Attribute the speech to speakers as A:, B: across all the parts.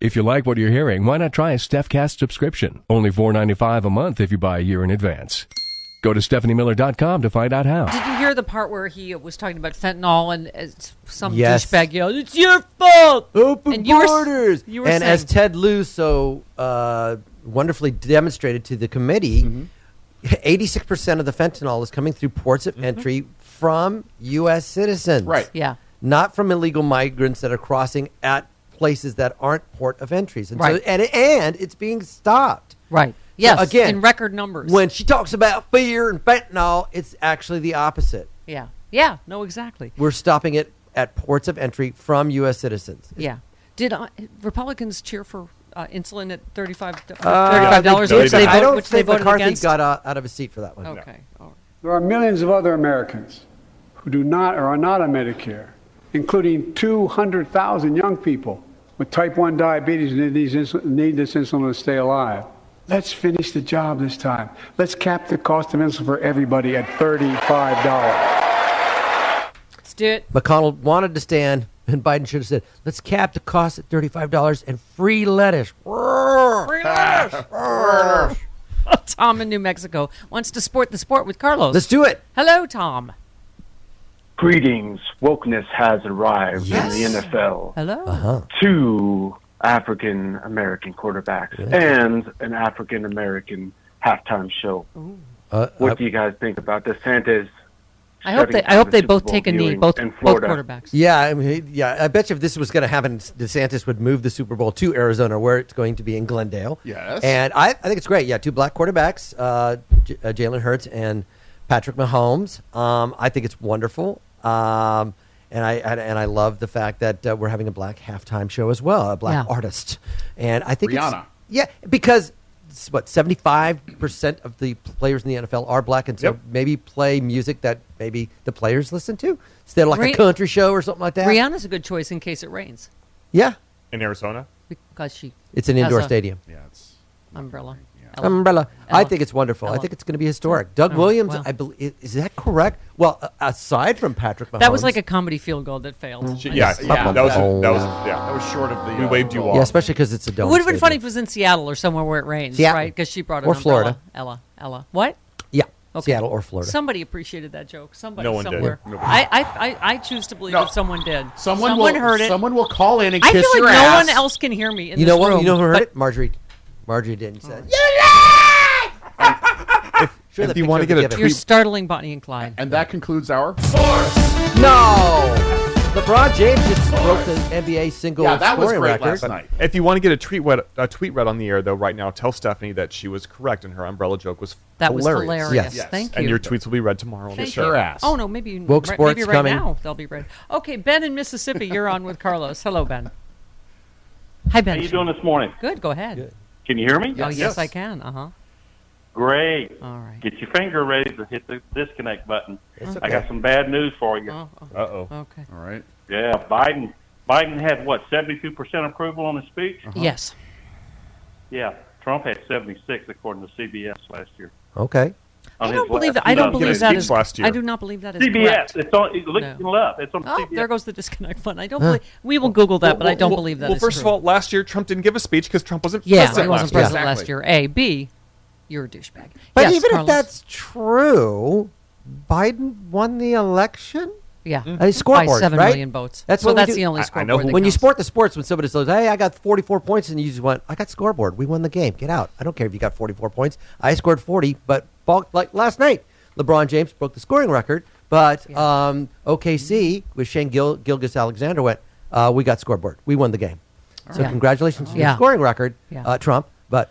A: If you like what you're hearing, why not try a StephCast subscription? Only $4.95 a month if you buy a year in advance. Go to stephaniemiller.com to find out how.
B: Did you hear the part where he was talking about fentanyl and uh, some
C: Yes.
B: douchebag yelled, "It's your fault"?
C: Open
B: And you were s-
C: borders.
B: you were
C: and as
B: saying-
C: Ted Lieu so uh, wonderfully demonstrated to the committee,
B: Mm-hmm.
C: 86% of the fentanyl is coming through ports of entry from U.S. citizens.
D: Right.
B: Yeah.
C: Not from illegal migrants that are crossing at places that aren't port of entries. And,
B: Right.
C: so, and, and it's being stopped.
B: Right.
C: So
B: Yes.
C: again,
B: in record numbers.
C: When she talks about fear and fentanyl, it's actually the opposite.
B: yeah. Yeah. No. Exactly.
C: We're stopping it at ports of entry from U.S. citizens.
B: Yeah. Did uh, Republicans cheer for uh, insulin at thirty-five
C: Uh,
B: thirty-five dollars?
D: they-
B: which they
D: they
B: vote,
C: I don't
B: which they
C: think
B: voted
C: McCarthy
B: against?
C: got out, out of his seat for that one.
B: Okay. All right.
E: There are millions of other Americans who do not or are not on Medicare, including 200,000 young people with type 1 diabetes and need, these insul- need this insulin to stay alive. Let's finish the job this time. Let's cap the cost of insulin for everybody at $35.
B: Let's do it.
C: McConnell wanted to stand, and Biden should have said, "Let's cap the cost at thirty-five dollars and free lettuce." Free lettuce.
B: Tom in New Mexico wants to sport the sport with Carlos.
C: Let's do it.
B: Hello, Tom.
F: Greetings. Wokeness has arrived in the NFL.
B: Hello.
C: Uh-huh.
F: Two African American quarterbacks and an African American halftime show.
C: Uh,
F: What
C: uh,
F: do you guys think about this? Santa's.
B: I hope they. I hope they both take a knee. Both
F: in
B: both
F: Florida.
B: quarterbacks.
C: yeah, I mean, yeah. I bet you if this was going to happen, DeSantis would move the Super Bowl to Arizona, where it's going to be in Glendale.
D: Yes.
C: and I, I think it's great. Yeah, two black quarterbacks, uh, J- uh, Jalen Hurts and Patrick Mahomes. Um, I think it's wonderful. Um, and I and, and I love the fact that uh, we're having a black halftime show as well, a black
B: Yeah.
C: artist, and I think. think it's-
D: Rihanna.
C: Yeah, because s- what seventy five percent of the players in the NFL are black, and so
D: Yep.
C: maybe play music that maybe the players listen to instead of like
B: Ri-
C: a country show or something like that.
B: Rihanna's a good choice in case it rains
C: Yeah,
D: In Arizona?
B: because she.
C: it's an
B: has
C: indoor
B: a
C: stadium.
D: Yeah, it's.
B: Umbrella. Ella.
C: Umbrella. I
B: Ella.
C: think it's wonderful. I
B: Ella.
C: think it's going to be historic. Doug
B: All right,
C: Williams,
B: well.
C: I believe, is that correct? Well, a- aside from Patrick Mahomes,
B: That was like a comedy field goal that failed.
C: Mm-hmm.
D: She,
B: I
D: yeah,
B: just-
D: yeah, that was that was yeah.
G: That was short of the.
D: We
G: uh,
D: waved you
G: vote.
D: off.
C: yeah, especially because it's a
B: It
C: dome.
B: would have been funny if it
C: stadium.
B: was in Seattle or somewhere where it rains,
C: Seattle.
B: right? Because she brought an
C: Or
B: umbrella.
C: Florida.
B: Ella, Ella, what?
C: Yeah,
B: Okay.
C: Seattle or Florida.
B: Somebody appreciated that joke. Somebody
D: No one did.
B: somewhere.
D: Nobody.
B: I, I, I, I choose to believe
G: No.
B: that someone did.
G: Someone, will,
B: heard it.
G: Someone will call in and
B: I feel
G: kiss
B: like
G: your
B: no
G: ass.
B: one else can hear me. In
C: you
B: this
C: know what?
B: Room,
C: You know who heard
B: but Oh.
C: it? Marjorie. Marjorie didn't. She said, Sure,
G: If
C: that
G: you want to get
C: picture
G: a
C: would give it.
B: You're
G: tweet,
B: startling Bonnie and Clyde.
G: and that concludes our.
C: No. LeBron James just broke the NBA single
G: Yeah, that was
C: scoring
G: great
C: record.
G: last night.
D: If you want to get a tweet read, a tweet read on the air though, right now, tell Stephanie that she was correct and her umbrella joke was
B: that was
D: hilarious.
B: hilarious.
C: Yes.
G: Yes.
B: Thank you.
D: And your tweets will be read tomorrow. on the
B: Thank
D: show.
B: you.
G: Sure ass.
B: Oh no, maybe
C: Woke
B: right,
C: sports
B: maybe right
C: coming.
B: now they'll be read. Okay, Ben in Mississippi, you're on with Carlos. Hello, Ben. Hi, Ben.
F: How you doing this morning?
B: Good. Go ahead.
F: Can you hear me?
B: Oh yes,
G: Yes.
B: I can. Uh huh.
F: Great.
B: All right.
F: Get your finger ready to hit the disconnect button. I
C: okay.
F: got some bad news for you.
B: Oh, oh,
D: Uh-oh.
B: okay.
G: All right.
F: Yeah, Biden. Biden had what seventy-two percent approval on his speech.
B: Uh-huh. Yes.
F: Yeah, Trump had seventy-six according to CBS last year.
C: Okay.
B: I
F: on his
B: don't believe
F: last-
B: that. I don't
F: No,
B: believe
D: his
B: that
D: speech
B: is.
D: last
B: I
D: year.
B: do not believe that is
F: CBS.
B: correct.
F: It's on. Look
B: No.
F: it up. It's on
B: Oh,
F: CBS.
B: there goes the disconnect button. I don't believe. We will Google that, but I don't believe that
D: Well,
B: is
D: first
B: true.
D: of all, last year Trump didn't give a speech because Trump wasn't
B: yeah,
D: president.
B: he wasn't
D: last
B: president last
D: Exactly.
B: year. A, B. You're a douchebag.
C: But
B: Yes,
C: even
B: Carlos.
C: if that's true, Biden won the election.
B: yeah,
C: A
B: by
C: scoreboard,
B: seven
C: Uh, right?
B: million votes.
C: That's
B: well,
C: what we
B: that's
C: do.
B: the
H: I-
B: only
H: I
B: scoreboard.
H: know who-
B: that
C: when you
B: counts.
C: sport the sports, when somebody says, "Hey, I got 44 points," and you just went, "I got scoreboard. We won the game. Get out. I don't care if you got 44 points. I scored 40, but ball, like last night, LeBron James broke the scoring record, but um, OKC with Shane Gil- Gilgis Alexander went, uh, "We got scoreboard. We won the game." So
B: Yeah.
C: congratulations on
B: Yeah.
C: your scoring record,
B: Yeah.
C: uh, Trump. But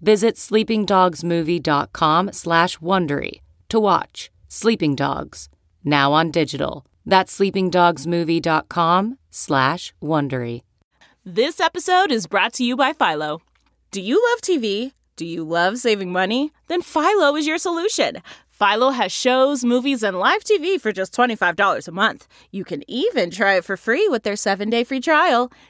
I: Visit sleepingdogsmovie.com slash Wondery to watch Sleeping Dogs, now on digital. That's sleepingdogsmovie.com slash Wondery.
J: This episode is brought to you by Philo. Do you love TV? Do you love saving money? Then Philo is your solution. Philo has shows, movies, and live TV for just $25 a month. You can even try it for free with their seven day free trial.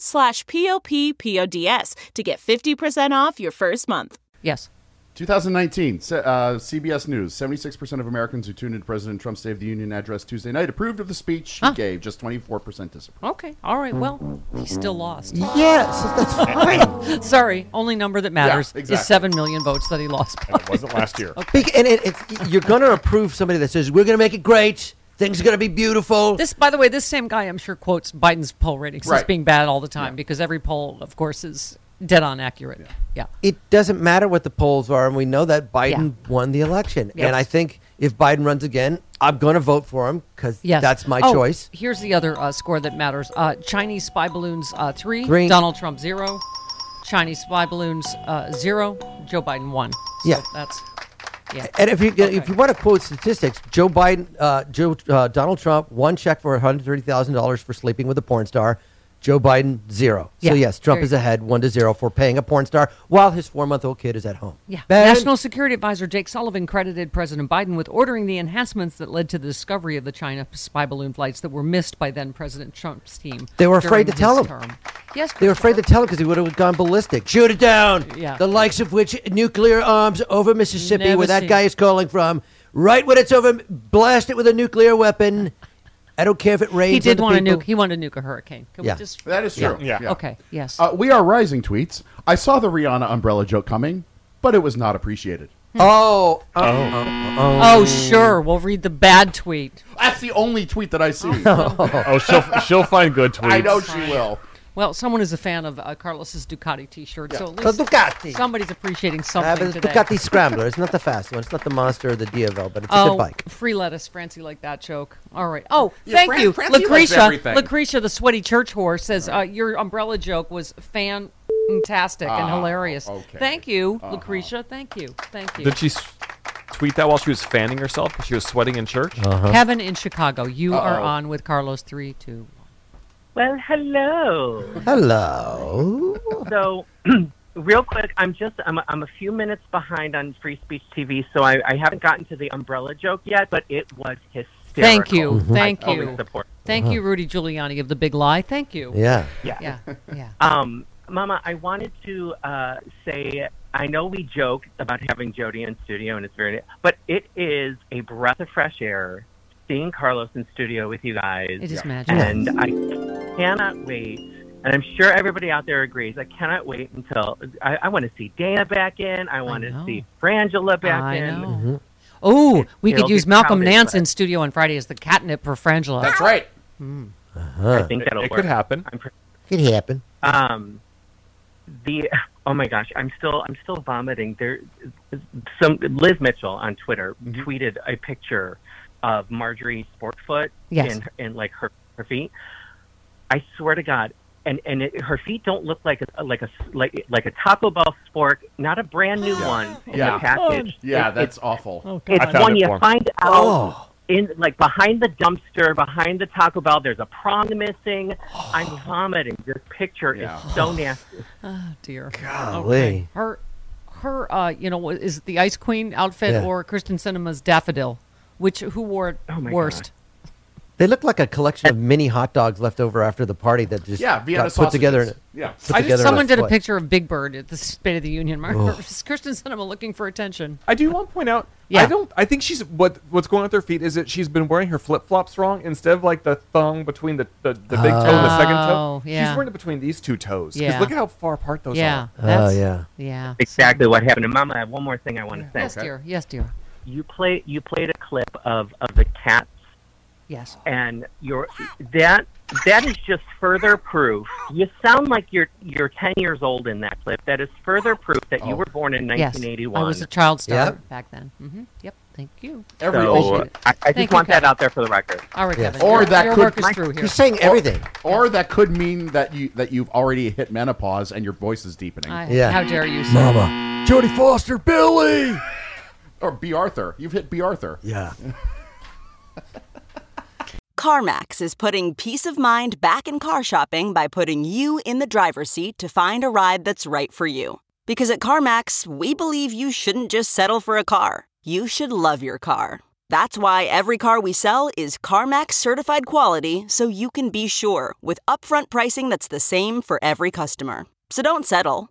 J: slash p-o-p-p-o-d-s to get 50% off your first month.
B: Yes.
F: 2019, se- uh, CBS News. 76% of Americans who tuned into President Trump's State of the Union address Tuesday night approved of the speech he gave, just 24% disapproved.
B: Okay. All right. Well, he still lost.
C: Yes, that's fine.
B: Sorry. Only number that matters
F: exactly.
B: is seven million votes that he lost. by.
H: It wasn't last year.
C: Bec- and it, it's, you're going to approve somebody that says we're going to make it great. Things are going to be beautiful.
B: This, by the way, this same guy, I'm sure, quotes Biden's poll ratings as
F: Right.
B: being bad all the time because every poll, of course, is dead on accurate. Yeah.
C: it doesn't matter what the polls are, and we know that Biden won the election.
B: Yep.
C: And I think if Biden runs again, I'm going to vote for him because
B: Yes.
C: that's my
B: Oh,
C: choice.
B: Here's the other uh, score that matters uh, Chinese spy balloons, uh, three.
C: Three.
B: Donald Trump, zero. Chinese spy balloons, uh, zero. Joe Biden, one. So
C: Yeah.
B: That's, yeah.
C: And if you if you want to quote statistics, Joe Biden, uh, Joe uh, Donald Trump, one check for 130 thousand dollars for sleeping with a porn star. Joe Biden zero.
B: Yeah.
C: So yes, Trump
B: There
C: is
B: you go.
C: ahead one to zero for paying a porn star while his four month old kid is at home.
B: Yeah.
C: Ben,
B: National Security Advisor Jake Sullivan credited President Biden with ordering the enhancements that led to the discovery of the China spy balloon flights that were missed by then President Trump's team.
C: They were
B: during
C: afraid to tell
B: his
C: him.
B: term. Yes,
C: They were afraid to tell him because he would have gone ballistic. Shoot it down.
B: Yeah.
C: The likes of which nuclear arms over Mississippi,
B: Never
C: where that
B: seen.
C: guy is calling from. Right when it's over, blast it with a nuclear weapon. I don't care if it rains.
B: he did
C: on the
B: want to
C: people.
B: nuke. He wanted to nuke a hurricane. Can
C: Yeah.
B: we just?
F: That is true.
H: Yeah.
B: Okay. Yes.
F: Uh, we are rising tweets. I saw the Rihanna umbrella joke coming, but it was not appreciated.
C: Oh, uh,
B: oh, sure. We'll read the bad tweet.
F: That's the only tweet that I see.
H: Oh, she'll she'll find good tweets.
F: I know she will.
B: Well, someone is a fan of uh, Carlos's Ducati T-shirt, so Oh, at
C: the
B: least
C: Ducati.
B: somebody's appreciating
C: Uh,
B: something
C: but it's
B: today.
C: Ducati Scrambler. It's not the fast one. It's not the monster or the DFL, but it's a
B: Oh,
C: good bike.
B: free lettuce, Francie like that joke. All right. Oh,
F: Yeah,
B: thank
F: Fran-
B: you,
F: Francie likes
B: Lucretia.
F: everything.
B: Lucretia, the sweaty church whore, says uh, your umbrella joke was fantastic and hilarious.
F: Ah, okay. Uh-huh.
B: Thank you, Lucretia. Thank you. Thank you.
H: Did she s- tweet that while she was fanning herself because she was sweating in church?
B: Kevin in Chicago, you are on with Carlos. Three, two.
D: Well, hello.
C: Hello.
D: So, real quick, I'm just I'm a, I'm a few minutes behind on Free Speech TV, so I, I haven't gotten to the umbrella joke yet, but it was hysterical.
B: Thank you. Thank
D: Totally
B: you.
D: support.
B: Thank you, Rudy Giuliani of the Big Lie. Thank you.
C: Yeah.
B: Yeah. Yeah.
D: Um, Mama, I wanted to uh, say I know we joke about having Jody in studio, and it's very, but it is a breath of fresh air seeing Carlos in studio with you guys.
B: It is magic.
D: and I cannot wait. And I'm sure everybody out there agrees. I cannot wait until I, I want to see Dana back in. I want
B: know.
D: to see Frangela back
B: I
D: in.
B: know. Oh, we
D: It'll
B: could
D: be
B: use Malcolm
D: crowded,
B: Nance
D: but-
B: in studio on Friday as the catnip for Frangela.
F: That's right.
D: I think
H: It,
D: that'll
H: it
D: work.
H: could happen.
D: I'm pre-
C: It happened.
D: um, the
K: Um, Oh my gosh, I'm still I'm still vomiting. There, some Liz Mitchell on Twitter
D: Mm-hmm.
K: tweeted a picture of Marjorie Sportfoot
I: Yes.
K: and and like her her feet. I swear to God, and and it, her feet don't look like a like a like like a Taco Bell spork, not a brand new one in
F: Yeah.
K: the package.
F: Yeah,
K: It-
F: that's
K: Oh, it's-
F: awful. Oh, God. I
K: it's
F: found
K: one
F: it
K: you
F: for me.
K: find out
F: Oh.
K: in like behind the dumpster, behind the Taco Bell. There's a prong missing. I'm vomiting. This picture is so nasty.
B: Oh dear.
C: Golly.
B: Okay. Her, her, uh, you know, is it the Ice Queen outfit
C: Yeah.
B: or Kristen Cinema's daffodil? Which who wore it
K: Oh my
B: worst?
C: They look like a collection of mini hot dogs left over after the party that just
B: Yeah, Vienna
C: got put together.
B: sausages.
C: in a-
F: Yeah.
C: put
B: I just
C: together in
B: someone did a
C: foot.
B: picture of Big Bird at the State of the Union.
C: Ugh.
B: Kristen Cinema looking for attention.
D: I do want to point out.
B: Yeah.
D: I don't. I think she's what what's going on with her feet is that she's been wearing her flip flops wrong instead of like the thong between the, the, the big toe and the second
B: Oh,
D: toe.
B: yeah.
D: She's wearing it between these two toes. 'cause
B: Yeah.
D: look at how far apart those
B: Yeah.
D: are.
K: that's-
C: Oh, yeah.
B: Yeah.
K: Exactly what happened. And Mama, I have one more thing I want to say.
B: Yes, dear. Yes, dear.
K: You play. You played a clip of of the cats,
B: Yes.
K: and your that that is just further proof. You sound like you're you're ten years old in that clip. That is further proof that you were born in
B: Oh. Yes.
K: 1981.
B: I was a child star
K: Yep.
B: back then. hmm Yep. Thank you.
F: Every
K: So, uh,
F: old-
K: I, I
B: Thank
K: just
B: you,
K: want that
B: Kevin.
K: out there for the record.
B: All right, Kevin.
F: Or
B: your,
F: that
B: your
F: could
B: work is through here.
F: Or- Or, that could mean that you that you've already hit menopause and your voice is deepening.
B: I-
C: Yeah.
B: How dare you, sir?
C: Mama, Jodie Foster, Billy.
F: Or B. Arthur. You've hit B. Arthur.
C: Yeah.
J: CarMax is putting peace of mind back in car shopping by putting you in the driver's seat to find a ride that's right for you. Because at CarMax, we believe you shouldn't just settle for a car, you should love your car. That's why every car we sell is CarMax certified quality so you can be sure with upfront pricing that's the same for every customer. So don't settle.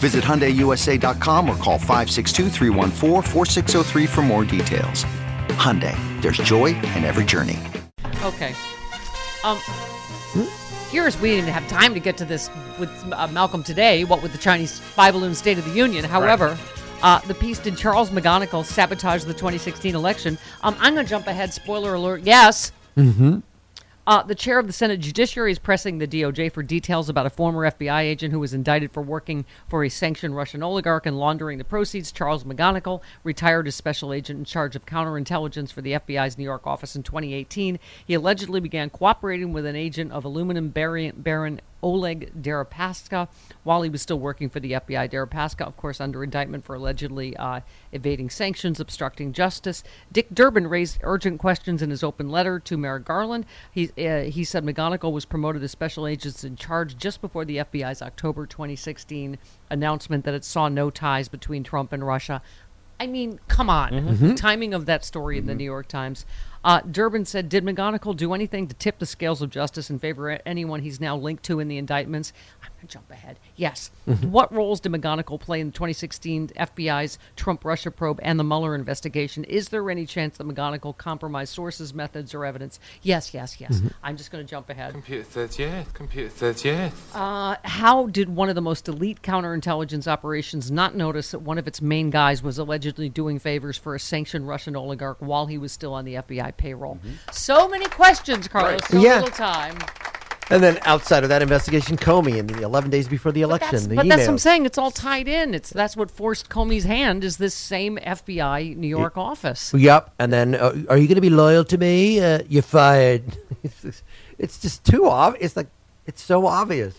E: Visit HyundaiUSA.com or call 562-314-4603 for more details. Hyundai, there's joy in every journey.
B: Okay. Um, here's we didn't have time to get to this with uh, Malcolm today. What with the Chinese spy balloon State of the Union. However, uh, the piece did Charles McGonigal sabotage the 2016 election. Um, I'm going to jump ahead. Spoiler alert. Yes.
C: Mm-hmm.
B: Uh, the chair of the Senate Judiciary is pressing the DOJ for details about a former FBI agent who was indicted for working for a sanctioned Russian oligarch and laundering the proceeds. Charles McGonigal, retired as special agent in charge of counterintelligence for the FBI's New York office in 2018, he allegedly began cooperating with an agent of aluminum baron, baron Oleg Deripaska while he was still working for the FBI. Deripaska, of course, under indictment for allegedly uh, evading sanctions, obstructing justice. Dick Durbin raised urgent questions in his open letter to Merrick Garland. He, uh, he said McGonigal was promoted as special agents in charge just before the FBI's October 2016 announcement that it saw no ties between Trump and Russia. I mean, come on. The timing of that story in the New York Times. Uh, Durbin said, Did McGonigal do anything to tip the scales of justice in favor of anyone he's now linked to in the indictments? I'm going to jump ahead. Yes. What roles did McGonigal play in the 2016 FBI's Trump Russia probe and the Mueller investigation? Is there any chance that McGonigal compromised sources, methods, or evidence? Yes, yes, yes.
L: Mhm.
B: I'm just going to jump ahead.
L: Computer 38, computer 38.
B: Uh, how did one of the most elite counterintelligence operations not notice that one of its main guys was allegedly doing favors for a sanctioned Russian oligarch while he was still on the FBI payroll? So many questions, Carlos.
C: Right.
B: So
C: Yeah.
B: little time.
C: And then outside of that investigation, Comey in the 11 days before the election,
B: That's,
C: the
B: but
C: emails.
B: that's what I'm saying. It's all tied in. It's that's what forced Comey's hand is this same FBI New York office.
C: Yep. And then, uh, are you going to be loyal to me? Uh, you're fired. it's just too obvious. It's like, it's so obvious.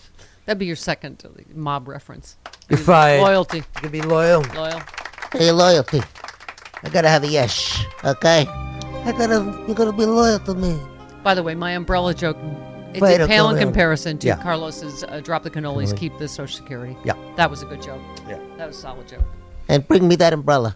B: That'd be your second uh, mob reference.
C: You're fired.
B: Loyalty.
C: You can be loyal.
B: Loyal.
M: Hey, loyalty. I gotta have a yes, okay? I gotta, you gotta be loyal to me.
B: By the way, my umbrella joke. It
M: Wait,
B: did pale in
M: umbrella.
B: comparison to
M: Yeah.
B: Carlos's uh, "Drop the cannolis,
M: Cannoli.
B: keep the Social Security."
C: Yeah.
B: that was a good joke.
C: Yeah,
B: that was a solid joke.
M: And bring me that umbrella.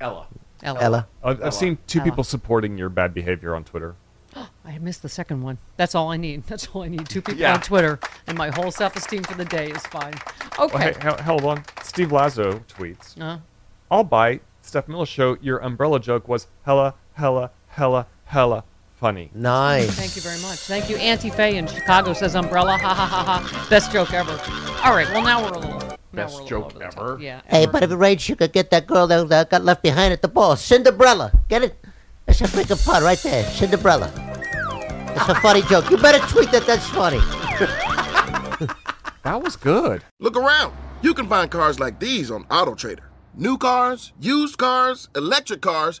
F: Ella.
B: Ella.
M: Ella.
D: I've, I've seen two
B: Ella.
D: people supporting your bad behavior on Twitter.
B: I missed the second one. That's all I need. That's all I need. Two people
D: Yeah.
B: on Twitter, and my whole self-esteem for the day is fine. Okay.
D: Well, hey, hel- hold on. Steve Lazo tweets,
B: Uh-huh.
D: I'll buy Steph Miller show. Your umbrella joke was hella, hella, hella, hella funny.
N: Nice.
B: Thank you very much. Thank you. Auntie Faye in Chicago says umbrella. Ha ha ha ha. Best joke ever. All right. Well, now we're a little.
F: Best joke ever.
B: Yeah.
C: Hey, but if it rains, you could get that girl that, that got left behind at the ball. Cinderella. Get it? That's a freaking pun right there. Cinderella. That's a funny joke. You better tweet that that's funny.
F: That was good.
E: Look around. You can find cars like these on AutoTrader. New cars, used cars, electric cars,